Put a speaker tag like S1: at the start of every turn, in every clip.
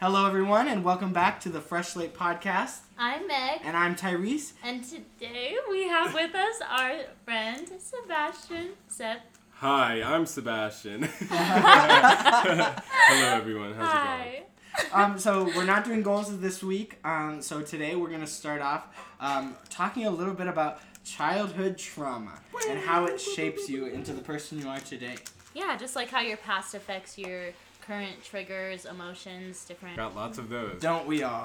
S1: Hello, everyone, and welcome back to the Fresh Slate podcast.
S2: I'm Meg,
S1: And I'm Tyrese.
S2: and today we have with us our friend Sebastian Sepp.
S3: Hi, I'm Sebastian. Hello, everyone. How's
S2: Hi.
S3: it
S1: Um, so we're not doing goals this week. Um, so today we're gonna start off um, talking a little bit about childhood trauma and how it shapes you into the person you are today.
S2: Yeah, just like how your past affects your current triggers, emotions, different.
S3: going? Got lots of those.
S1: Don't we all?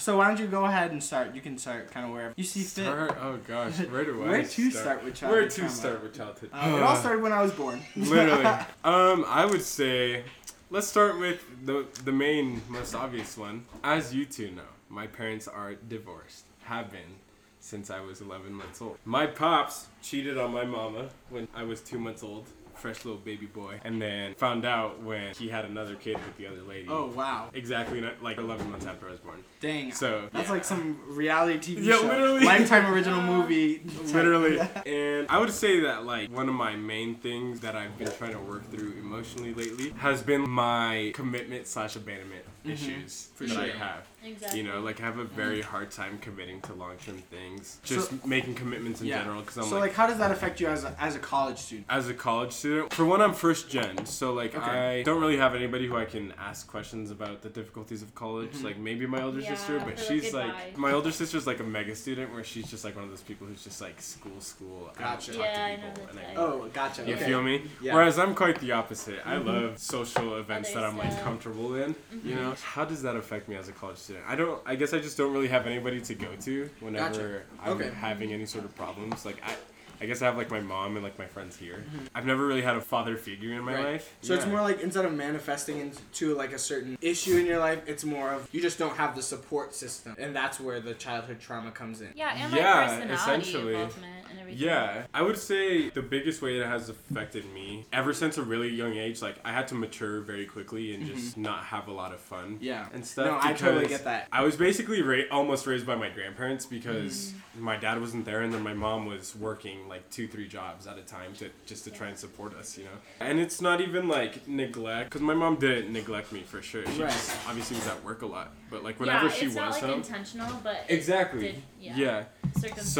S1: so why don't you go ahead and start? You can start kind of wherever you see fit.
S3: Start- oh gosh, where do I
S1: Where to start with childhood
S3: Where to
S1: trauma?
S3: start with childhood?
S1: Uh, it all started when I was born.
S3: Literally. Um, I would say, let's start with the the main, most obvious one. As you two know, my parents are divorced. Have been since I was 11 months old. My pops cheated on my mama when I was two months old. Fresh little baby boy, and then found out when he had another kid with the other lady.
S1: oh wow!
S3: Exactly, not- like 11 months after I was born.
S1: Dang.
S3: So
S1: That's like some reality TV
S3: Yeah,
S1: show,
S3: literally.
S1: lifetime original movie.
S3: literally, and I would say that like one of my main things that I've been trying to work through emotionally lately has been my commitment slash abandonment issues
S1: Mm-hmm. For
S3: that I
S1: sure. Mm-hmm.
S3: have.
S2: Exactly.
S3: You know, like I have a very hard time committing to long term things, just
S1: So-
S3: making commitments in
S1: Yeah.
S3: general. Because I'm
S1: so
S3: like,
S1: like, how does that affect you as a, as a college student?
S3: as a college student. For one, I'm first gen, so like
S1: Okay.
S3: I don't really have anybody who I can ask questions about the difficulties of college.
S1: Mm-hmm.
S3: Like maybe my older
S2: Yeah,
S3: sister,
S2: for,
S3: but
S2: like,
S3: she's like
S2: advice.
S3: my older sister's like a mega student where she's just like one of those people who's just like school, school. I don't
S1: Gotcha.
S3: talk to
S2: Yeah, I know
S3: people,
S2: the
S3: and
S2: type.
S1: Oh, gotcha.
S3: You
S1: okay.
S3: feel me?
S1: Yeah.
S3: Whereas I'm quite the opposite. I love social events
S2: Mm-hmm. Other
S3: that I'm like
S2: stuff.
S3: comfortable in.
S1: Mm-hmm.
S3: You know, how does that affect me as a college student? I don't. I guess I just don't really have anybody to go to whenever
S1: Gotcha.
S3: I'm
S1: Okay.
S3: having any sort of problems. Like I. I guess I have like my mom and like my friends here. I've never really had a father figure in my
S1: Right.
S3: life.
S1: So it's
S3: Yeah.
S1: more like instead of manifesting into like a certain issue in your life, it's more of you just don't have the support system, and that's where the childhood trauma comes in.
S2: yeah, and
S3: Yeah,
S2: like personality
S3: essentially.
S2: involvement and everything.
S3: Yeah, I would say the biggest way that has affected me ever since a really young age. Like I had to mature very quickly and just not have a lot of fun.
S1: Mm-hmm. Yeah.
S3: and stuff.
S1: No, I totally
S3: because
S1: get that.
S3: I was basically ra- almost raised by my grandparents because
S2: Mm.
S3: my dad wasn't there, and then my mom was working like two, three jobs at a time to just to try and support us, you know. And it's not even like neglect because my mom didn't neglect me for sure. She
S1: Right.
S3: just obviously was at work a lot, but like
S2: Yeah,
S3: whenever she
S2: it's
S3: was
S2: not like
S3: home.
S2: intentional, but it
S3: Exactly.
S2: did- yeah.
S3: yeah.
S2: Circumstances.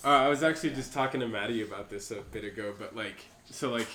S3: So uh, I was actually just talking to Maddie about this a bit ago, but like, so like,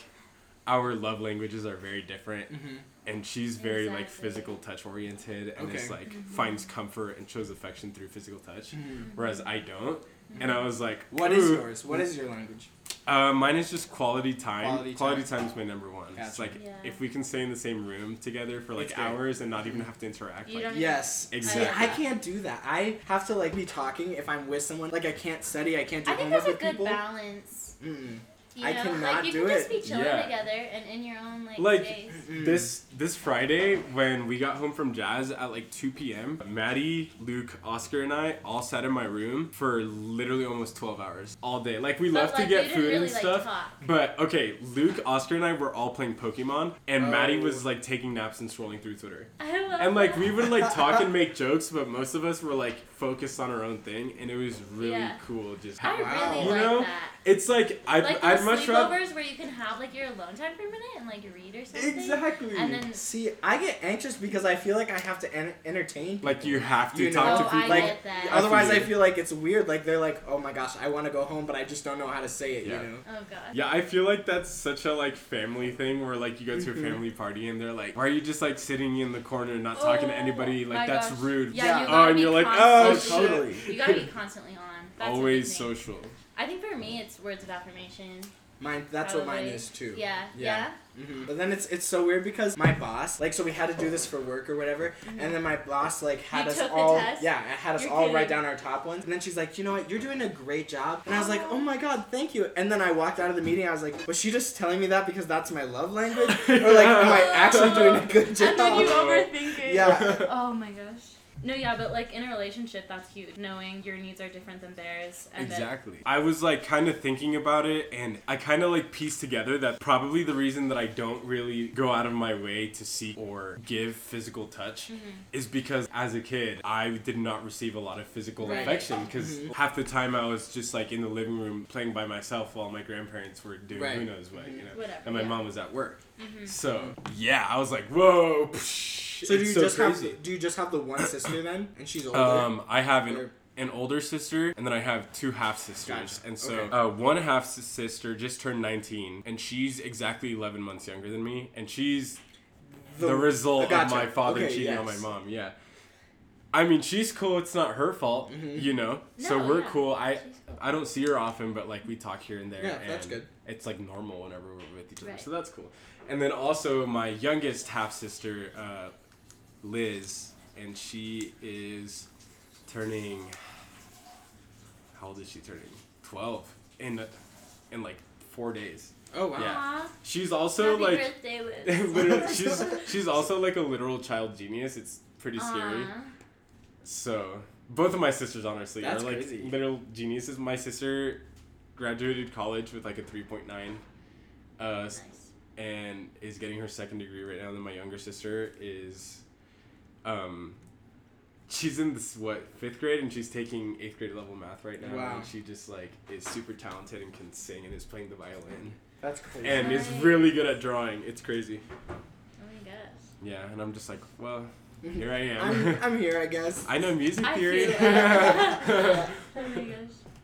S3: our love languages are very different,
S1: Mm-hmm.
S3: and she's very like
S2: Exactly. Mm-hmm.
S3: physical touch oriented, and
S1: Okay.
S3: is like finds comfort and shows affection through physical touch, whereas I don't.
S2: Mm-hmm.
S3: And I was like,
S1: What is
S3: "Ooh."
S1: yours? What is your language?
S3: Uh, mine is just quality time.
S1: Quality
S3: Quality, time is my number one. It's
S1: Gotcha.
S3: like
S2: Yeah.
S3: if we can stay in the same room together for
S1: It's
S3: like
S1: great.
S3: hours and not even have to interact.
S2: You
S3: like,
S2: don't-
S1: Yes.
S3: Exactly.
S1: See, I can't do that. I have to like be talking if I'm with someone. Like I can't study. I can't do
S2: I think
S1: homework
S2: that's a
S1: with
S2: good
S1: people.
S2: balance.
S1: Mm-mm.
S2: You
S1: I
S2: know,
S1: cannot
S2: like you
S1: do
S2: can just
S1: it.
S2: be chilling
S3: Yeah.
S2: together and in your own like,
S3: Like-
S2: space.
S1: Mm.
S3: This this Friday when we got home from jazz at like 2 p.m. Maddie, Luke, Oscar, and I all sat in my room for literally almost 12 hours all day. Like we
S2: But,
S3: left
S2: like,
S3: to
S2: we
S3: get
S2: didn't
S3: food
S2: really,
S3: and
S2: like,
S3: stuff.
S2: talk.
S3: but okay, Luke, Oscar, and I were all playing Pokemon, and Maddie
S1: Oh.
S3: was like taking naps and scrolling through Twitter.
S2: I love
S3: And like we
S2: that.
S3: would like talk and make jokes, but most of us were like focused on our own thing, and it was really
S2: Yeah.
S3: cool. Just
S2: I
S1: Wow.
S2: really
S3: You
S2: like
S3: know?
S2: that.
S3: it's like I'd,
S2: like
S3: I'd
S2: those
S3: much rather
S2: sleepovers where you can have like your alone time for a minute and like read or something.
S3: exactly
S2: And then
S1: See, I get anxious because I feel like I have to en- entertain.
S3: like you have to
S1: You
S3: talk
S1: know,
S3: to
S2: Oh, I
S3: people.
S1: like
S2: get that.
S1: otherwise I
S3: Absolutely.
S1: feel like it's weird. Like they're like, oh my gosh, I want to go home, but I just don't know how to say it.
S3: Yeah.
S1: You know.
S2: oh god.
S3: Yeah, I feel like that's such a like family thing where like you go to a
S2: Mm-hmm.
S1: Mhm.
S3: family party and they're like, "Why are you just like sitting in the corner and not talking to
S2: Oh,
S3: anybody?
S2: my
S3: Like that's
S2: gosh.
S3: rude."
S2: Yeah,
S1: Yeah.
S2: You
S1: Oh,
S2: gotta
S3: and
S2: be
S3: you're like,
S1: Oh,
S2: constantly-
S1: totally.
S2: You gotta be constantly on. That's a big
S3: Always
S2: thing.
S3: social.
S2: I think for me it's words of affirmation.
S1: Mine. That's what mine
S2: Probably.
S1: is too.
S2: Yeah.
S1: Yeah.
S2: Yeah.
S1: hmm But then it's it's so weird because my boss, like, so we had to do this for work or whatever, and then my boss like had
S2: You
S1: us
S2: took the
S1: all,
S2: test?
S1: yeah, had us
S2: You're
S1: all write
S2: kidding.
S1: down our top ones, and then she's like, you know what, you're doing a great job, and I was like, oh my god, thank you, and then I walked out of the meeting, I was like, was she just telling me that because that's my love language, or like, am I actually doing a good job?
S2: And then you overthink it.
S1: Yeah.
S2: Oh my gosh. No, yeah, but like in a relationship, that's huge. Knowing your needs are different than theirs, and that-
S3: I was like kind of thinking about it and I kind of like pieced together that probably the reason that I don't really go out of my way to seek or give physical touch is because as a kid I did not receive a lot of physical
S2: Right.
S3: affection because half the time I was just like in the living room playing by myself while my grandparents were doing
S1: Right.
S3: who knows what, you know,
S2: Whatever,
S3: and my
S2: yeah.
S3: mom was at work. So yeah, I was like, whoa. psh, sh-
S1: So do
S3: it's
S1: you
S3: so
S1: just
S3: crazy.
S1: have do you just have the one sister then, and she's older?
S3: Um, I have an,
S1: Or-
S3: an older sister, and then I have two half sisters.
S1: Gotcha.
S3: And so,
S1: Okay.
S3: uh, one half s- sister just turned 19, and she's exactly 11 months younger than me, and she's the, result
S1: Gotcha.
S3: of my father
S1: Okay,
S3: cheating on my
S1: yes.
S3: mom. Yeah. I mean, she's cool. It's not her fault,
S1: Mm-hmm.
S3: you know. so
S2: No,
S3: we're
S2: yeah.
S3: cool. I
S2: She's cool.
S3: I don't see her often, but like we talk here and there.
S1: Yeah, that's
S3: and
S1: good.
S3: It's like normal whenever we're with each other,
S2: Right.
S3: so that's cool. And then also my youngest half sister, uh, Liz, and she is turning. How old is she turning? Twelve in in like four days.
S1: Oh wow.
S3: Yeah.
S2: Aw,
S3: She's also
S2: happy
S3: like
S2: birthday, Liz.
S3: literally, she's she's also like a literal child genius. It's pretty scary.
S2: Aw.
S3: So both of my sisters honestly
S1: That's
S3: are like
S1: crazy.
S3: literal geniuses. My sister graduated college with like a three point nine, uh, s-
S2: Nice.
S3: and is getting her second degree right now. And then my younger sister is, um, she's in this what fifth grade and she's taking eighth grade level math right now.
S1: Wow.
S3: And she just like is super talented and can sing and is playing the violin
S1: That's crazy.
S3: and is
S2: Nice.
S3: really good at drawing. It's crazy.
S2: Oh my gosh.
S3: Yeah, and I'm just like, well, here I
S1: I'm,
S3: am.
S1: I'm here, I guess.
S3: I know music
S2: I
S3: theory.
S2: feel it. Oh my gosh.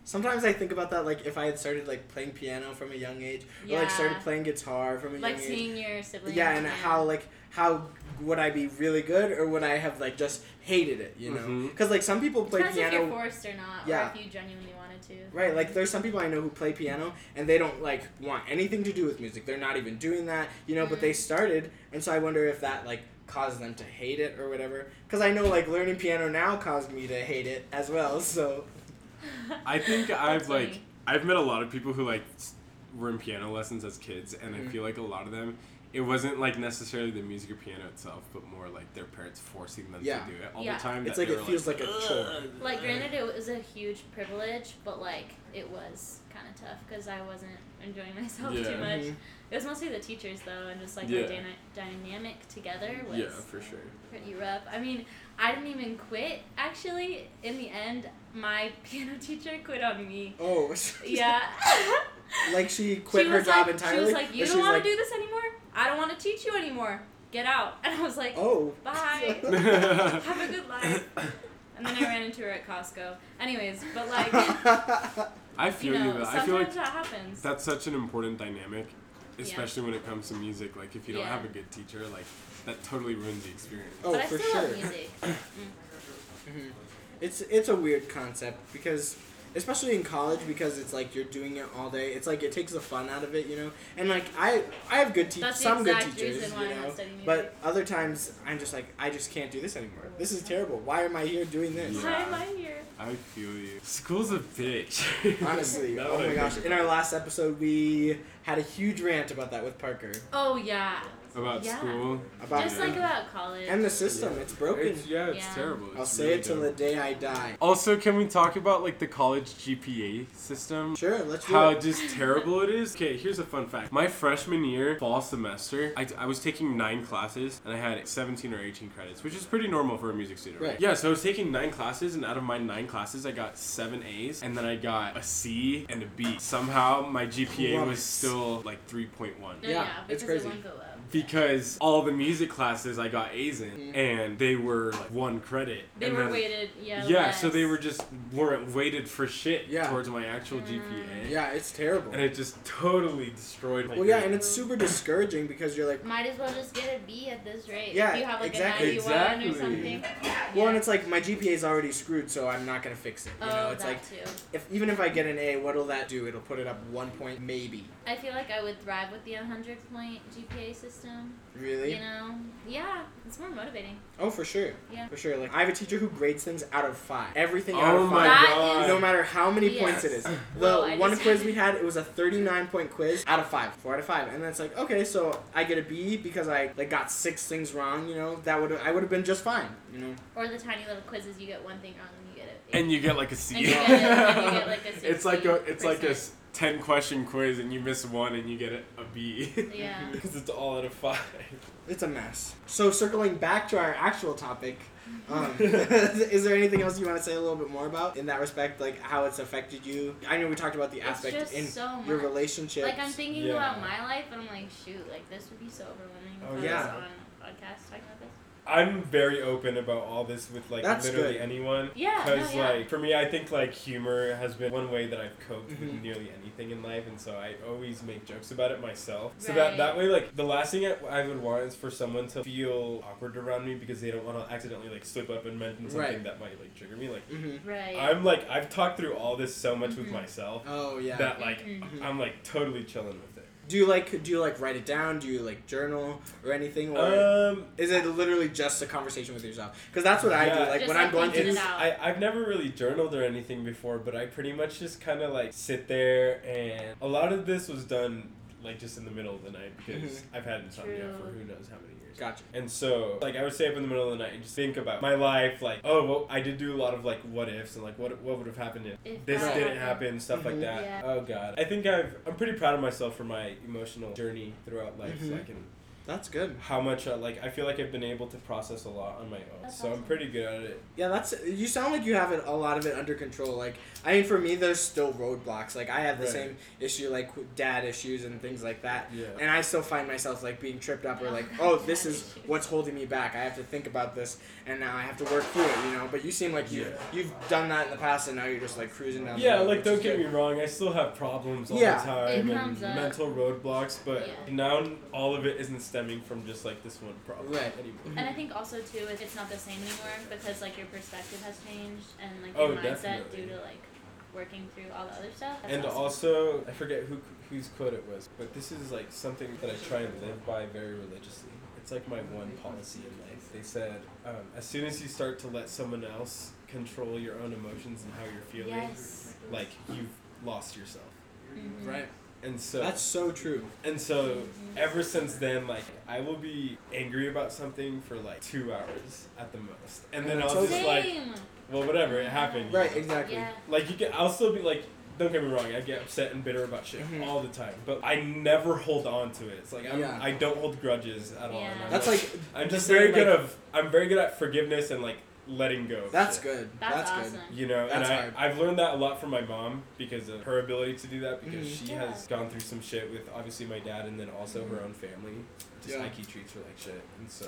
S1: Sometimes I think about that, like if I had started like playing piano from a young age, or like started
S2: Yeah.
S1: playing guitar from a
S2: Like
S1: young age.
S2: seeing your siblings.
S1: Yeah, and how like how would I be really good, or would I have like just hated it? You know,
S3: Mhm.
S1: because like some people play
S2: Depends if
S1: piano.
S2: you're forced or not,
S1: Yeah.
S2: or if you genuinely wanted to.
S1: Right, like there's some people I know who play piano and they don't like want anything to do with music. They're not even doing that, you know, but they
S2: Mm-hmm.
S1: started, and so I wonder if that like caused them to hate it or whatever. Cuz I know like learning piano now caused me to hate it as well. So,
S3: I think I've
S2: That's
S3: like
S2: funny.
S3: I've met a lot of people who like s- were in piano lessons as kids, and I
S1: Mhm.
S3: feel like a lot of them, it wasn't like necessarily the music or piano itself, but more like their parents forcing them
S1: Yeah.
S3: to do it all
S2: Yeah.
S3: the time.
S1: it's
S3: that
S1: like
S3: they
S1: it
S3: were
S1: feels like a chore.
S3: "Ugh."
S2: Like, granted, it was a huge privilege, but like it was kind of tough because I wasn't enjoying myself
S3: Yeah.
S2: too much.
S1: Mhm.
S2: It was mostly the teachers though, and just like
S3: Yeah.
S2: the dyna- dynamic together was
S3: Yeah, for sure.
S2: pretty rough. I mean, I didn't even quit. Actually, in the end, my piano teacher quit on me.
S1: Oh.
S2: Yeah.
S1: like she quit
S2: she
S1: her
S2: was
S1: job
S2: like,
S1: entirely.
S2: She was like,
S1: or
S2: "You
S1: she
S2: don't
S1: was
S2: want
S1: like,
S2: to do this anymore. I don't want to teach you anymore. Get out." And I was like,
S1: Oh.
S2: Bye. "Have a good life." And then I ran into her at Costco. Anyways, but like.
S3: I feel
S2: you
S3: you,
S2: know,
S3: though. I
S2: sometimes
S3: feel like
S2: that happens.
S3: that's such an important dynamic,
S2: Yeah.
S3: especially when it comes to music. Like if you don't
S2: Yeah.
S3: have a good teacher, like that totally ruins the experience.
S1: oh,
S2: but I
S1: for
S2: still
S1: sure.
S2: love music.
S1: Mhm. It's it's a weird concept because especially in college because it's like you're doing it all day. It's like it takes the fun out of it, you know. And like I I have good teachers,
S2: That's the
S1: some good
S2: exact
S1: teachers,
S2: reason why
S1: you
S2: I'm not
S1: know.
S2: studying
S1: But
S2: music.
S1: other times I'm just like I just can't do this anymore. This is terrible. Why am I here doing this?
S3: Yeah.
S2: Why am I here?
S3: I feel you. School's a bitch.
S1: Honestly,
S3: Now
S1: oh
S3: that I
S1: my
S3: think
S1: gosh!
S3: about
S1: In our last episode, we had a huge rant about that with Parker
S2: Oh yeah,
S3: about
S2: Yeah.
S3: school.
S1: about
S2: just like about college.
S1: and the system. It's broken.
S3: It's, yeah, it's
S2: Yeah.
S3: terrible. It's
S1: I'll say
S3: really
S1: it till
S3: dumb.
S1: the day I die.
S3: Also, can we talk about like the college GPA system?
S1: Sure, let's do
S3: How
S1: it.
S3: just terrible it is. Okay, here's a fun fact. My freshman year, fall semester, I, I was taking nine classes and I had 17 or 18 credits, which is pretty normal for a music student, right?
S1: Right.
S3: Yeah, so I was taking nine classes, and out of my nine classes, I got seven A's, and then I got a C and a B. Somehow, my GPA was
S1: Yikes.
S3: still like 3.1
S2: No,
S1: Yeah,
S2: yeah,
S1: it's
S2: because
S1: crazy.
S2: it won't go up.
S3: because all the music classes I got A's in,
S1: Mhm.
S3: and they were like one credit.
S2: Mm-hmm. They
S3: and
S2: were
S3: then-
S2: weighted. Yeah.
S3: Yeah, so
S2: less.
S3: they were just weren't weighted for shit
S1: Yeah.
S3: towards my
S2: Mm.
S3: actual GPA.
S1: Yeah, it's terrible.
S3: And it just totally destroyed my
S1: Well, yeah, and
S3: grade.
S1: it's super discouraging because you're like,
S2: Might as well just get a B at this rate.
S1: Yeah,
S2: If you have like
S1: exactly.
S2: a 91
S3: Exactly.
S2: or something.
S1: well, and
S2: Yeah.
S1: it's like my GPA is already screwed, so I'm not gonna fix it. You
S2: oh,
S1: know, it's
S2: that
S1: like
S2: too.
S1: if even if I get an A, what'll that do? It'll put it up one point, maybe.
S2: I feel like I would thrive with the 100 point GPA system.
S1: Really?
S2: You know? Yeah, it's more motivating.
S1: Oh, for sure.
S2: Yeah.
S1: For sure. Like I have a teacher who grades things out of five. Everything out
S3: oh
S1: of five.
S3: my
S2: That
S3: god.
S2: is-
S1: No matter how many
S2: Yes.
S1: points it is. The
S2: Whoa, I
S1: one
S2: just-
S1: quiz we had, it was a 39 point quiz out of five. Four out of five. And that's like, okay, so I get a B because I like got six things wrong, you know? That would I would have been just fine, you know?
S2: Or the tiny little quizzes you get one thing wrong and you get it.
S3: and you get like a C.
S2: And you get- and you get, like, a
S3: it's like a it's like a
S2: 60%.
S3: s- ten question quiz and you miss one and you get a, a B.
S2: yeah.
S3: Because it's all out of five.
S1: It's a mess. So circling back to our actual topic, um, is there anything else you want to say a little bit more about in that respect, like how it's affected you? I know we talked about the
S2: It's
S1: aspect
S2: just
S1: in
S2: so much.
S1: your relationships.
S2: Like I'm thinking
S3: Yeah.
S2: about my life, and I'm like, shoot, like this would be so overwhelming. if
S1: Oh,
S2: I was
S1: yeah.
S2: on a podcast talking about this.
S3: I'm very open about all this with like
S1: That's
S3: literally
S1: good.
S3: anyone.
S2: Yeah, no,
S3: Because
S2: yeah.
S3: like for me, I think like humor has been one way that I've coped with
S1: Mhm.
S3: nearly anything in life, and so I always make jokes about it myself. So that
S2: Right.
S3: that way, like the last thing I, I would want is for someone to feel awkward around me because they don't want to accidentally like slip up and mention something
S1: Right.
S3: that might like trigger me. Like
S1: hmm
S2: Right.
S3: I'm like I've talked through all this so much with
S2: Mhm.
S3: myself
S1: Oh yeah.
S3: that like
S2: Mhm.
S3: I'm like totally chilling with it.
S1: do you like do you like write it down? Do you like journal or anything? Or
S3: Um,
S1: is it literally just a conversation with yourself? Because that's what I do.
S3: Yeah.
S1: Like
S2: Just,
S1: when
S2: like,
S1: I'm going
S2: thinking
S1: through.
S2: it out.
S3: It's, I, I've never really journaled or anything before, but I pretty much just kind of like sit there and a lot of this was done like just in the middle of the night because I've had insomnia
S2: True.
S3: for who knows how many years.
S1: Gotcha.
S3: And so, like, I would stay up in the middle of the night and just think about my life. Like, oh, well, I did do a lot of like what ifs and like what what would have happened if,
S2: If
S3: this
S1: that
S3: didn't
S2: happened.
S3: happen, stuff like
S1: Mhm.
S3: that.
S2: Yeah.
S3: Oh God, I think I've I'm pretty proud of myself for my emotional journey throughout life,
S1: Mhm.
S3: like and
S1: That's good.
S3: how much I, like I feel like I've been able to process a lot on my own.
S2: That's
S3: so I'm
S2: awesome.
S3: pretty good at it.
S1: Yeah, that's. You sound like you have it, a lot of it under control. Like, I mean, for me, there's still roadblocks. Like, I have the
S3: Right.
S1: same issue, like dad issues and things like that.
S3: Yeah.
S1: And I still find myself like being tripped up or like,
S2: Oh,
S1: oh,
S2: God,
S1: this
S2: dad
S1: is
S2: issues.
S1: what's holding me back. I have to think about this, and now I have to work through it. You know. But you seem like you
S3: Yeah.
S1: have you've done that in the past, and now you're just like cruising down.
S3: Yeah,
S1: the road,
S3: like
S1: which is
S3: don't get
S1: good.
S3: me wrong, I still have problems all
S1: Yeah.
S3: the time
S2: It
S3: and
S2: comes up.
S3: mental roadblocks, but
S2: Yeah.
S3: now all of it isn't stemming from just like this one problem
S1: Right.
S3: anymore.
S2: And I think also too, it- it's not the same anymore because like your perspective has changed and like
S3: Oh,
S2: your mindset
S3: definitely.
S2: due to like working through all the other stuff. That's
S3: And
S2: awesome.
S3: also, I forget who whose quote it was, but this is like something that I try and live by very religiously. It's like my one policy in life. They said, um, as soon as you start to let someone else control your own emotions and how you're feeling,
S2: yes.
S3: like you've lost yourself.
S2: Mhm.
S1: Right.
S3: And so
S1: That's so true.
S3: And so ever since then, like I will be angry about something for like two hours at the most, and then
S1: And
S3: I'll
S1: that's
S3: just
S2: Same.
S3: like, well, whatever, it happened. you
S1: Right.
S3: know?
S1: Exactly.
S2: Yeah.
S3: Like you get, I'll still be like, don't get me wrong, I get upset and bitter about shit
S1: Mhm.
S3: all the time, but I never hold on to it. It's like I'm,
S1: Yeah.
S3: I don't hold grudges at all. and
S2: Yeah.
S3: I'm
S1: That's like.
S3: I'm just
S1: the
S3: very
S1: same,
S3: good
S1: like-
S3: of, I'm very good at forgiveness and like letting go. of
S1: That's
S3: shit.
S1: good.
S2: That's,
S1: That's,
S2: awesome.
S1: good.
S3: You know,
S1: That's
S3: and
S1: hard.
S3: I, I've learned that a lot from my mom because of her ability to do that because
S1: Mhm.
S3: she
S2: Yeah. Mm-hmm.
S3: has gone through some shit with obviously my dad and then also her own family. Just
S1: Yeah.
S3: like he treats her like shit. And so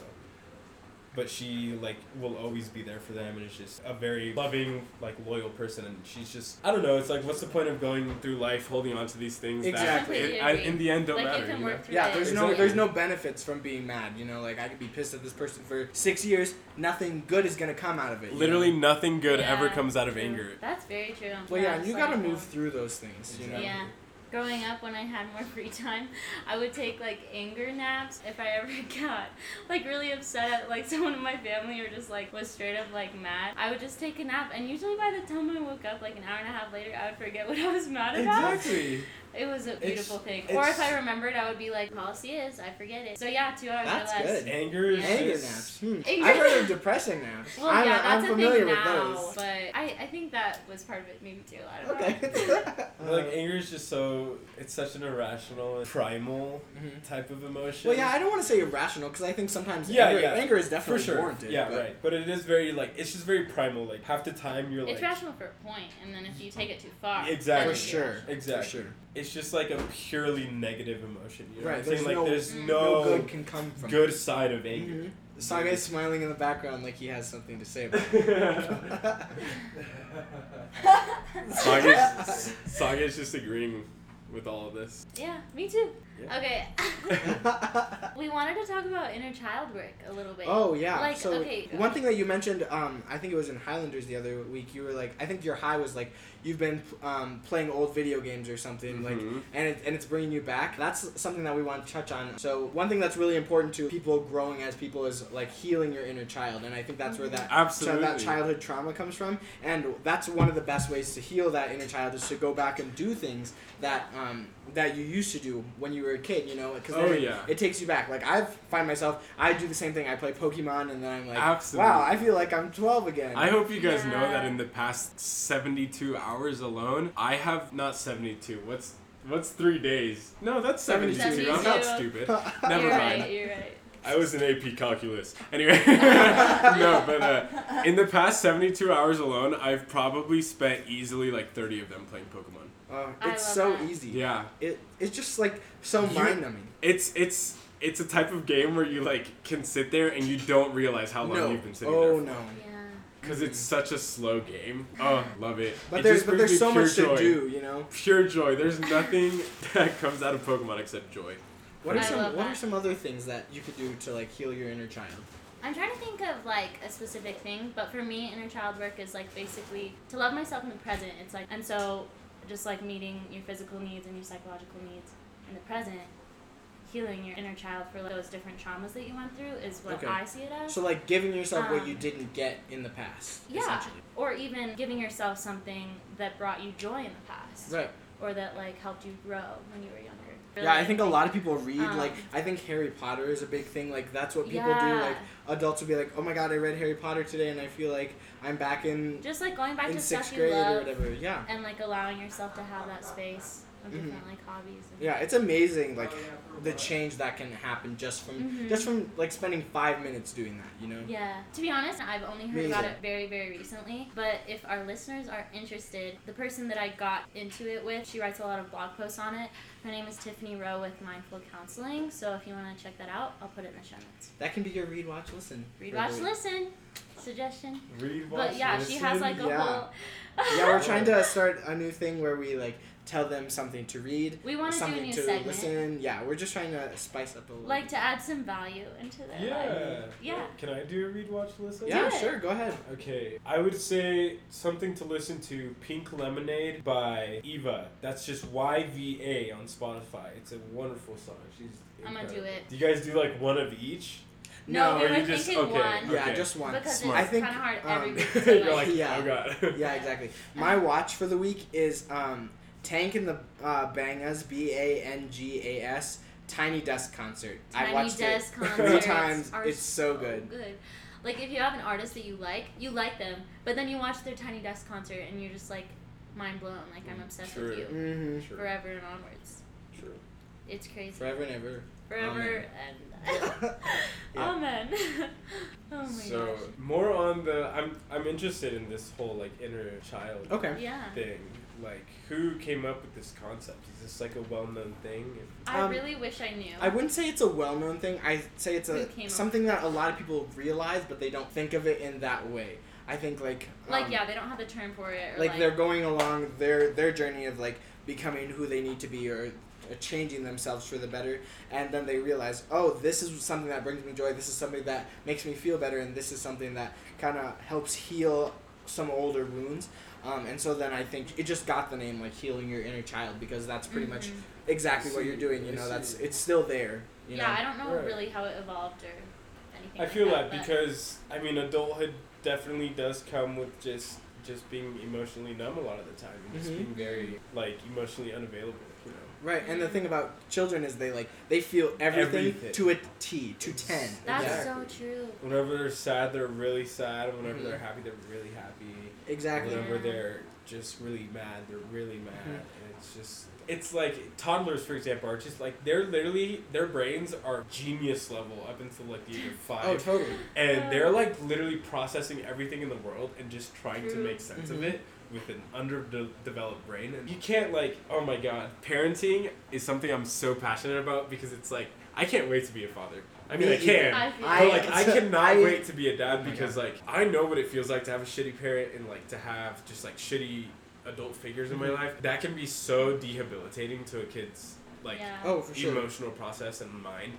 S3: but she like will always be there for them and is just a very loving, like loyal person and she's just I don't know, it's like what's the point of going through life holding on to these things
S1: Exactly.
S3: that
S2: Completely
S3: I-
S2: agree.
S3: in the end don't
S2: like
S3: matter.
S2: you can
S3: you know?
S2: work through
S1: Yeah,
S2: it.
S1: there's no
S3: Exactly.
S1: there's no benefits from being mad. You know, like I could be pissed at this person for six years. Nothing good is gonna come out of it. you
S3: Literally
S1: know?
S3: nothing good ever
S2: Yeah,
S3: comes out of
S2: true.
S3: anger.
S2: That's very true.
S1: Well, yeah,
S2: it's
S1: you
S2: like,
S1: gotta move
S2: um,
S1: through those things. You know.
S2: Yeah. Growing up, when I had more free time, I would take like anger naps if I ever got like really upset at like someone in my family or just like was straight up like mad. I would just take a nap, and usually by the time I woke up, like an hour and a half later, I would forget what I was mad about.
S3: Exactly.
S2: It was a beautiful thing.
S3: it's-
S2: Or if I remembered, I would be like, policy is, I forget it. So yeah, two hours
S1: That's
S2: or less.
S1: good.
S3: Anger is
S1: Anger
S3: just-
S1: naps. Hmm.
S2: Anger-
S1: I've heard of depression naps.
S2: Well,
S1: I'm,
S2: yeah, that's
S1: I'm
S2: a
S1: familiar
S2: thing
S1: with
S2: now,
S1: those.
S2: but I, I think that was part of it, maybe too. I don't
S1: Okay. Uh,
S2: know.
S3: Like anger is just so it's such an irrational and primal
S1: Mhm.
S3: type of emotion.
S1: Well, yeah, I don't want to say irrational because I think sometimes
S3: Yeah,
S1: anger,
S3: yeah.
S1: anger is
S3: for
S1: definitely
S3: sure.
S1: warranted.
S3: yeah,
S1: but
S3: right. But it is very like it's just very primal. Like half the time you're
S2: It's
S3: like
S2: rational for a point, and then if you take it too far,
S3: Exactly.
S1: For
S2: then it's
S1: sure. For
S3: Exactly.
S1: sure.
S3: It's just like a purely negative emotion. You know
S1: Right,
S3: What I'm
S1: there's
S3: saying? Like
S1: no-
S3: there's
S2: Mm.
S1: No
S3: no,
S1: good can come from.
S3: good side of anger.
S1: hmm Saga's smiling in the background like he has something to say about it.
S3: Saga's, Saga's just agreeing with all of this.
S2: Yeah, me too.
S3: Yeah.
S2: Okay. we wanted to talk about inner child work a little bit.
S1: Oh yeah.
S2: Like,
S1: so
S2: okay, go
S1: one
S2: ahead.
S1: thing that you mentioned, um, I think it was in Highlanders the other week. You were like, I think your high was like, you've been um, playing old video games or something like.
S3: Mhm.
S1: And, it, and it's bringing you back. That's something that we want to touch on. So one thing that's really important to people growing as people is like healing your inner child, and I think that's where that so
S3: absolutely
S1: that childhood trauma comes from, and that's one of the best ways to heal that inner child is to go back and do things that um, that you used to do when you were a kid. You know, because
S3: Oh, yeah.
S1: it takes you back. Like I find myself, I do the same thing. I play Pokemon, and then I'm like,
S3: Absolutely.
S1: wow, I feel like I'm 12 again.
S3: I hope you guys know
S2: Yeah.
S3: that in the past 72 hours alone, I have not 72. What's what's 3 days? No, that's 72.
S1: 72.
S3: I'm not stupid. Never
S2: you're
S3: mind.
S2: right. You're right.
S3: I was in AP calculus. Anyway, no, but uh, in the past 72 hours alone, I've probably spent easily like 30 of them playing Pokemon.
S1: Uh,
S2: I
S1: it's so
S2: love that.
S1: easy.
S3: Yeah.
S1: It it's just like so
S3: You-
S1: mind numbing.
S3: It's it's it's a type of game where you like can sit there and you don't realize how long
S1: no.
S3: you've been sitting
S1: oh
S3: there
S1: no.
S2: Yeah.
S3: because it's such a slow game. Oh, love it.
S1: But
S3: It
S1: there's
S3: just
S1: but
S3: brings me
S1: there's so
S3: pure
S1: much
S3: joy.
S1: to do, you know.
S3: Pure joy. There's nothing that comes out of Pokemon except joy.
S1: What are
S2: I
S1: some
S2: love
S1: What
S2: that.
S1: are some other things that you could do to like heal your inner child?
S2: I'm trying to think of like a specific thing, but for me, inner child work is like basically to love myself in the present. It's like, and so just like meeting your physical needs and your psychological needs in the present, healing your inner child for like, those different traumas that you went through is what
S1: Okay.
S2: I see it as.
S1: So like giving yourself what you
S2: Um,
S1: didn't get in the past.
S2: yeah.
S1: Essentially.
S2: or even giving yourself something that brought you joy in the past
S1: Right.
S2: or that like helped you grow when you were younger.
S1: Yeah, I think a lot of people read
S2: Um,
S1: like I think Harry Potter is a big thing. Like that's what people do.
S2: Yeah.
S1: Like adults will be like, "Oh my god, I read Harry Potter today, and I feel like I'm back in
S2: Just like going back
S1: in
S2: to
S1: sixth
S2: stuff you
S1: grade or
S2: love
S1: whatever." Yeah,
S2: and like allowing yourself to have that space of
S1: Mhm.
S2: different like hobbies. And
S1: yeah, it's amazing. Like the change that can happen just from
S2: Mhm.
S1: just from like spending five minutes doing that. You know.
S2: Yeah. To be honest, I've only heard
S1: Me
S2: about
S1: either.
S2: it very, very recently. But if our listeners are interested, the person that I got into it with, she writes a lot of blog posts on it. Her name is Tiffany Rowe with Mindful Counseling. So if you want to check that out, I'll put it in the show notes.
S1: That can be your read, watch, listen.
S2: Read,
S1: for the
S2: watch,
S1: week.
S2: listen. Suggestion.
S3: Read,
S2: But yeah, she has like a
S1: Yeah.
S2: whole.
S1: Yeah, we're trying to start a new thing where we like tell them something to read,
S2: We want to do a
S1: something
S2: new
S1: to
S2: segment.
S1: listen. Yeah, we're just trying to spice up a little.
S2: Like to add some value into their life.
S4: Yeah.
S2: Yeah.
S4: Can I do a read watch listen?
S1: yeah,
S2: do it.
S1: sure, go ahead.
S4: Okay. I would say something to listen to Pink Lemonade by Eva. That's just Y V A on Spotify. It's a wonderful song. She's
S2: I'm gonna
S4: incredible.
S2: do it.
S4: Do you guys do like one of each?
S2: No,
S1: No,
S2: we
S3: or
S2: were
S3: you just-
S2: thinking
S3: okay.
S2: one.
S1: Yeah,
S3: Okay.
S1: just one.
S2: Because
S3: Smart.
S1: I
S2: it's
S1: think,
S2: kind of hard
S1: um,
S2: every week to
S4: You're like,
S1: Yeah.
S4: oh god.
S1: Yeah, exactly. My watch for the week is um, Tank and the uh, Bangas, B A N G A S, Tiny Desk concert. I
S2: Tiny
S1: watched
S2: Desk
S1: it three
S2: concerts
S1: times.
S2: are
S1: It's so good.
S2: Like if you have an artist that you like, you like them, but then you watch their Tiny Desk concert and you're just like mind blown. Like
S1: Mm,
S2: I'm obsessed with
S3: True.
S2: you
S1: hmm
S4: True.
S2: forever and onwards.
S4: True.
S2: It's crazy.
S1: Forever and ever.
S2: Forever and
S1: Yeah.
S2: amen. oh my
S3: So
S4: More on the I'm I'm interested in this whole like inner child
S1: Okay.
S2: gosh. Yeah.
S4: thing. Like who came up with this concept? Is this like a well known thing?
S2: I
S1: Um,
S2: really wish I knew.
S1: I wouldn't say it's a well-known thing. I say it's
S2: Who
S1: a
S2: came up-
S1: something that a lot of people realize, but they don't think of it in that way. I think like
S2: like
S1: um,
S2: yeah, they don't have the term for it. Or
S1: like,
S2: like
S1: they're going along their their journey of like becoming who they need to be or uh, changing themselves for the better and then they realize oh this is something that brings me joy this is something that makes me feel better and this is something that kind of helps heal some older wounds um, and so then i think it just got the name like healing your inner child because that's pretty much
S2: Mhm.
S1: exactly
S4: I
S1: what you're
S4: see,
S1: doing you
S4: I
S1: know
S4: see.
S1: that's it's still there you
S2: yeah,
S1: know
S2: I don't know
S4: Right.
S2: really how it evolved or anything.
S4: I feel
S2: like
S4: that
S2: that but-
S4: because I mean adulthood definitely does come with just just being emotionally numb a lot of the time and just
S1: Mhm.
S4: being very like emotionally unavailable, you know.
S1: right and the thing about children is they like they feel everything,
S4: Everything.
S1: to a t to 10
S2: That's
S1: yeah.
S2: so
S4: Exactly.
S2: true.
S4: Whenever they're sad, they're really sad. and Whenever
S1: Mhm.
S4: they're happy, they're really happy.
S1: exactly
S4: Whenever
S2: Yeah.
S4: they're just really mad, they're really mad.
S1: Mhm.
S4: And it's just it's like toddlers, for example, are just like they're literally their brains are genius level up until like the age of five.
S1: oh totally
S4: and they're like literally processing everything in the world and just trying to
S2: True.
S4: make sense of
S3: Mm-hmm.
S1: Mhm.
S4: it with an underdeveloped brain and you can't like oh my god
S3: parenting is something I'm so passionate about because it's like I can't wait to be a father. I mean,
S1: Me
S3: I can.
S2: I feel
S1: I-
S3: But like I cannot
S1: I-
S3: wait to be a dad
S1: Oh my
S3: because like I know what it feels like to have a shitty parent and like to have just like shitty adult figures in my
S1: Mhm.
S3: life. That can be so debilitating to a kid's like
S2: yeah.
S1: oh for sure
S3: emotional process and mind.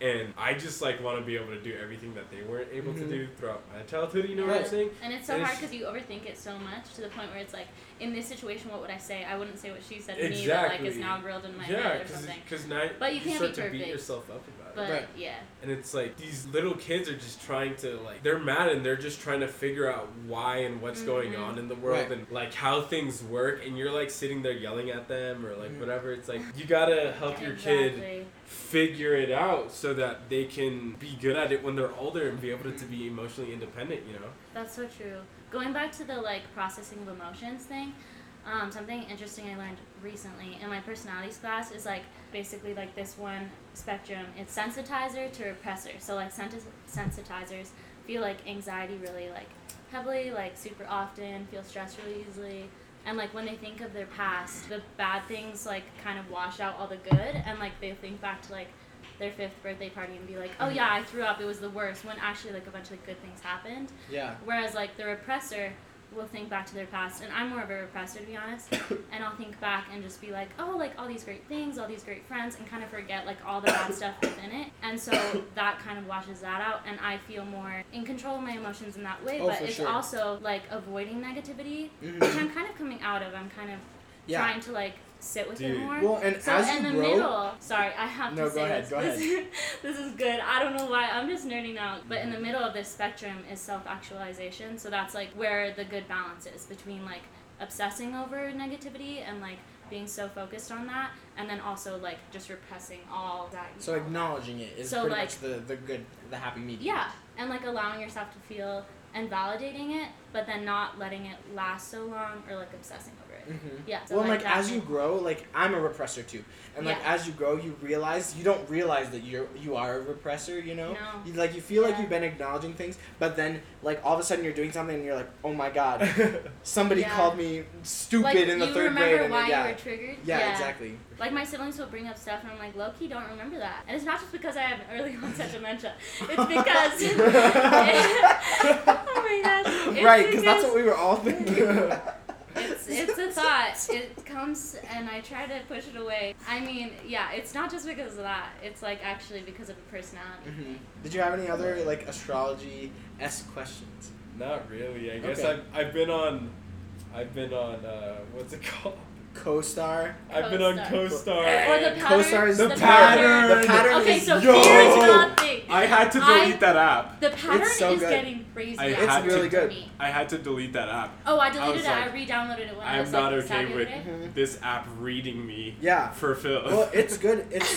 S3: And I just like want to be able to do everything that they weren't able
S1: Mhm.
S3: to do throughout my childhood. You know what I'm
S1: Right.
S3: saying?
S2: And it's so
S3: And
S2: hard
S3: it's-
S2: because you overthink it so much to the point where it's like, in this situation, what would I say? I wouldn't say what she said to me that like is
S3: Exactly.
S2: now grilled in my
S3: yeah,
S2: head or
S3: because
S2: something.
S3: because now
S2: But you can't be
S3: start to beat
S2: perfect.
S3: yourself up about it.
S2: But
S1: Right.
S2: yeah,
S3: And it's like these little kids are just trying to like they're mad and they're just trying to figure out why and what's going
S2: Mhm.
S3: on in the world
S1: Right.
S3: and like how things work and you're like sitting there yelling at them or like
S4: Mm-hmm.
S1: Mhm.
S3: whatever. It's like you gotta help your kid
S2: Mm-hmm. exactly.
S3: figure it out so that they can be good at it when they're older and be able to be emotionally independent, you know?
S2: That's so true. Going back to the like processing of emotions thing, um, something interesting I learned recently in my personalities class is like basically like this one spectrum. It's sensitizer to repressor. So like sensi- sensitizers feel like anxiety really like heavily, like super often, feel stress really easily. And like when they think of their past, the bad things like kind of wash out all the good, and like they think back to like their fifth birthday party and be like, oh yeah, I threw up. It was the worst. When actually like a bunch of like, good things happened.
S1: Yeah.
S2: Whereas like the repressor will think back to their past, and I'm more of a repressor to be honest. and I'll think back and just be like, oh, like all these great things, all these great friends, and kind of forget like all the bad stuff within it. And so that kind of washes that out, and I feel more in control of my emotions in that way.
S1: Oh,
S2: but
S1: for
S2: it's
S1: sure.
S2: also like avoiding negativity, which
S1: Mhm.
S2: I'm kind of coming out of. I'm kind of
S1: Yeah.
S2: trying to like sit with it
S3: Dude.
S2: more.
S1: Well, and
S2: So
S1: as
S2: in
S1: you
S2: the
S1: grow,
S2: middle, sorry, I have
S1: No,
S2: to
S1: go
S2: say
S1: ahead,
S2: this.
S1: go
S2: this, this is good. I don't know why. I'm just nerding out. But in the middle of this spectrum is self-actualization. So that's like where the good balance is between like obsessing over negativity and like being so focused on that, and then also like just repressing all that. you
S1: so
S2: know.
S1: acknowledging it is
S2: So,
S1: pretty
S2: like-
S1: much the, the good, the happy medium.
S2: Yeah, and like allowing yourself to feel and validating it, but then not letting it last so long or like obsessing over it.
S1: Mhm.
S2: Yeah. So
S1: Well, and, like,
S2: that
S1: as
S2: can-
S1: you grow, like I'm a repressor too, and like
S2: Yeah.
S1: as you grow, you realize you don't realize that you're you are a repressor. You know,
S2: No.
S1: you, like you feel like
S2: Yeah.
S1: you've been acknowledging things, but then like all of a sudden you're doing something and you're like, oh my god, somebody
S2: Yeah.
S1: called me stupid
S2: like,
S1: in the
S2: you
S1: third
S2: remember
S1: grade, and
S2: why
S1: yeah,
S2: you were triggered.
S1: yeah, exactly.
S2: Like my siblings will bring up stuff, and I'm like, low key, don't remember that. And it's not just because I have an early onset dementia. It's because. oh my gosh. It's
S1: right, because that's what
S2: because
S1: we were all thinking.
S2: It's, it's a thought. It comes, and I try to push it away. I mean, yeah, it's not just because of that. It's like actually because of a personality.
S1: hmm Did you have any other like astrology s questions?
S4: Not really. I guess
S1: Okay.
S4: I've I've been on, I've been on uh, what's it called?
S1: Co-star.
S4: I've been on
S1: Co-star.
S4: CoStar.
S2: Or the
S4: and-
S2: pattern.
S1: Co-star is
S4: The
S1: The
S4: pattern.
S1: pattern
S2: Okay,
S1: is
S2: so
S3: Yo!
S2: here's the thing.
S3: I had to delete
S2: I-
S3: that app.
S2: The pattern
S1: so
S2: is
S1: good.
S2: getting crazy.
S3: I
S2: now
S3: had
S1: it's
S3: to
S1: really
S2: for
S1: good.
S2: me.
S3: I had to delete that app.
S2: Oh, I
S3: I was
S2: deleted it.
S3: like,
S2: I re-downloaded it when I
S3: I'm
S2: was
S3: not
S2: like,
S3: okay
S2: sad the
S3: with
S2: other day.
S1: Mhm.
S3: this app reading me
S1: Yeah.
S3: for Phil.
S1: Well, it's good. It's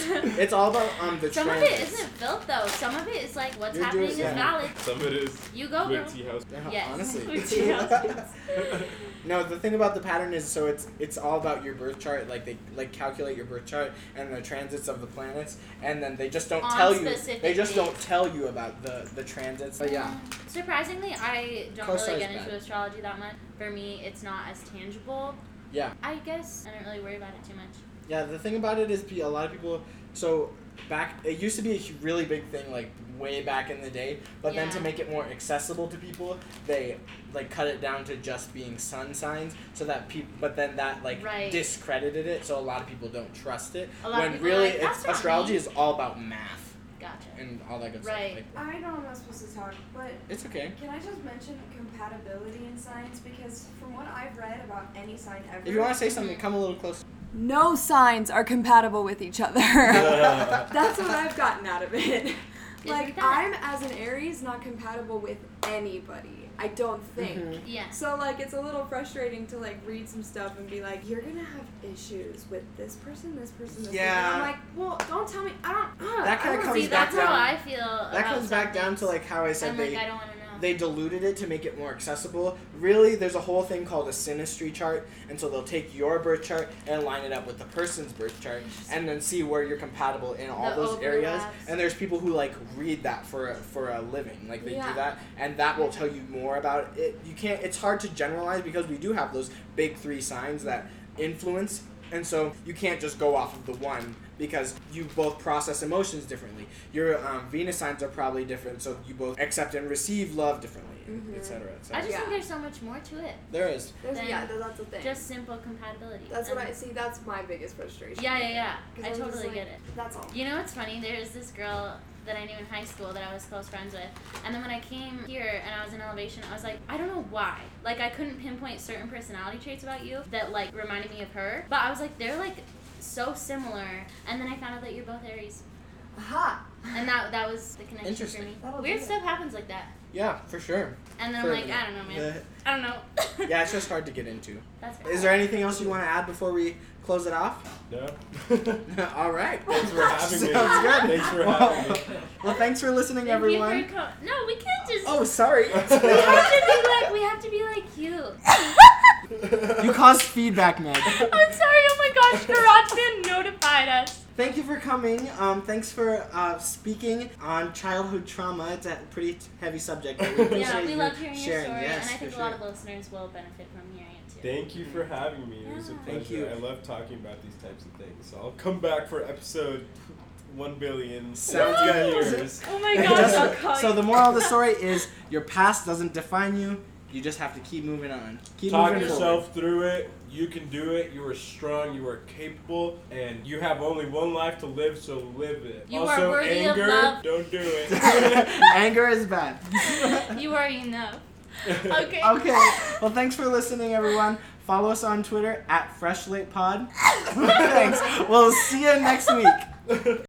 S1: it's all about um the
S2: Some of
S1: transits.
S2: it isn't built though. Some of it is like what's
S1: You're doing
S2: happening is
S1: it.
S2: valid.
S3: Some of it is
S2: You go, girl.
S3: with Tea House.
S1: Yeah,
S2: Yes.
S1: Honestly.
S2: Yes.
S1: no, the thing about the pattern is so it's it's all about your birth chart. Like they like calculate your birth chart and the transits of the planets, and then they just don't
S2: On
S1: tell you.
S2: specific
S1: They just
S2: days.
S1: don't tell you about the the transits. But Oh, yeah.
S2: Um, Surprisingly, I don't
S1: Costar's
S2: really get
S1: bad.
S2: into astrology that much. For me, it's not as tangible.
S1: Yeah.
S2: I guess I don't really worry about it too much.
S1: Yeah, the thing about it is be a lot of people. So back, it used to be a hu- really big thing, like way back in the day. But then to
S2: Yeah.
S1: make it more accessible to people, they like cut it down to just being sun signs, so that people. But then that like
S2: Right.
S1: discredited it, so a lot of people don't trust it.
S2: A lot of
S1: when
S2: people are
S1: really,
S2: like,
S1: it's
S2: "That's not
S1: astrology
S2: me."
S1: is all about math
S2: Gotcha.
S1: and all that good
S2: Right.
S1: stuff. Like,
S5: I know I'm not supposed to talk, but
S1: it's okay.
S5: can I just mention compatibility in science? Because from what I've read about any sign ever,
S1: If you want to say something,
S2: Mm-hmm.
S1: come a little closer.
S5: no signs are compatible with each other. That's what I've gotten out of it. Like
S2: Isn't
S5: I'm
S2: that-
S5: as an Aries not compatible with anybody. I don't think.
S1: Mhm.
S2: Yes.
S5: So like it's a little frustrating to like read some stuff and be like, you're gonna have issues with this person, this person, this
S1: Yeah.
S5: person. I'm like, well, don't tell me. I don't. Uh,
S1: That kinda
S5: I don't
S1: comes
S2: See,
S5: see
S1: back
S5: that.
S2: that's how
S1: down-
S2: I feel.
S1: That comes back down to like how I said
S2: I'm
S1: they.
S2: like, I don't want to know.
S1: they diluted it to make it more accessible. Really, there's a whole thing called a synastry chart, and so they'll take your birth chart and line it up with the person's birth chart, and then see where you're compatible in all
S2: The
S1: those areas.
S2: overlaps.
S1: And there's people who like read that for a, for a living, like they
S5: Yeah.
S1: do that, and that will tell you more about it. You can't. It's hard to generalize because we do have those big three signs that influence. And so you can't just go off of the one because you both process emotions differently. Your um, Venus signs are probably different, so you both accept and receive love differently,
S5: Mhm.
S1: etc. Et
S2: Mm-hmm. I
S1: cetera.
S2: just
S5: Yeah.
S2: think there's so much more to it.
S1: there is.
S5: There's,
S2: Then-
S5: yeah, that's the thing.
S2: Just simple compatibility.
S5: that's what
S2: And-
S5: I see. That's my biggest frustration.
S2: Um, Yeah, yeah,
S5: 'Cause
S2: yeah. I
S5: I'm just
S2: totally
S5: like-
S2: get it.
S5: That's all.
S2: You know what's funny? There was this girl that I knew in high school that I was close friends with. And then when I came here and I was in elevation, I was like, I don't know why. Like, I couldn't pinpoint certain personality traits about you that, like, reminded me of her. But I was like, they're, like, so similar. And then I found out that you're both Aries.
S5: Aha.
S2: And that that was the connection
S1: Interesting.
S2: for me.
S5: That'll
S2: Weird
S5: do it.
S2: stuff happens like that.
S1: Yeah, for sure.
S2: And then
S1: For
S2: I'm like,
S1: the-
S2: I don't know, man. I don't know.
S1: the- yeah, it's just hard to get into.
S2: That's fair.
S1: Is there anything else you want to add before we close it off?
S4: no.
S1: All right.
S4: Thanks for having me.
S1: Sounds good.
S4: Thanks for having me.
S1: Well, thanks for listening,
S2: Thank you for
S1: everyone.
S2: co- no, we can't just.
S1: Oh, sorry.
S2: We have to be like. We have to be like you.
S1: you caused feedback, Meg.
S2: I'm sorry. Oh my gosh, GarageBand notified us.
S1: Thank you for coming. Um, thanks for uh, speaking on childhood trauma. It's a pretty t- heavy subject. But we
S2: Yeah,
S1: appreciate
S2: we
S1: you
S2: love hearing your
S1: sharing.
S2: story,
S1: Yes,
S2: and I think
S1: for
S2: a lot
S1: sure.
S2: of listeners will benefit from hearing it too.
S4: Thank you for having me. It was a
S2: Yeah.
S4: pleasure.
S1: Thank you.
S4: I love talking about these types of things. I'll come back for episode
S3: one billion
S1: Sounds good.
S3: years.
S2: Oh my
S1: It
S2: gosh,
S1: doesn't-
S2: I'll call
S1: so
S2: you.
S1: the moral of the story is your past doesn't define you. You just have to keep moving on. Keep
S3: Talk
S1: moving
S3: yourself through it. You can do it. You are strong. You are capable, and you have only one life to live, so live it.
S2: You
S3: also,
S2: are worthy of
S3: anger.
S2: love.
S3: Don't do
S1: forward.
S3: it.
S1: Anger is bad.
S2: you are enough. Okay.
S1: Okay. Well, thanks for listening, everyone. Follow us on Twitter at FreshLatePod. thanks. We'll see you next week.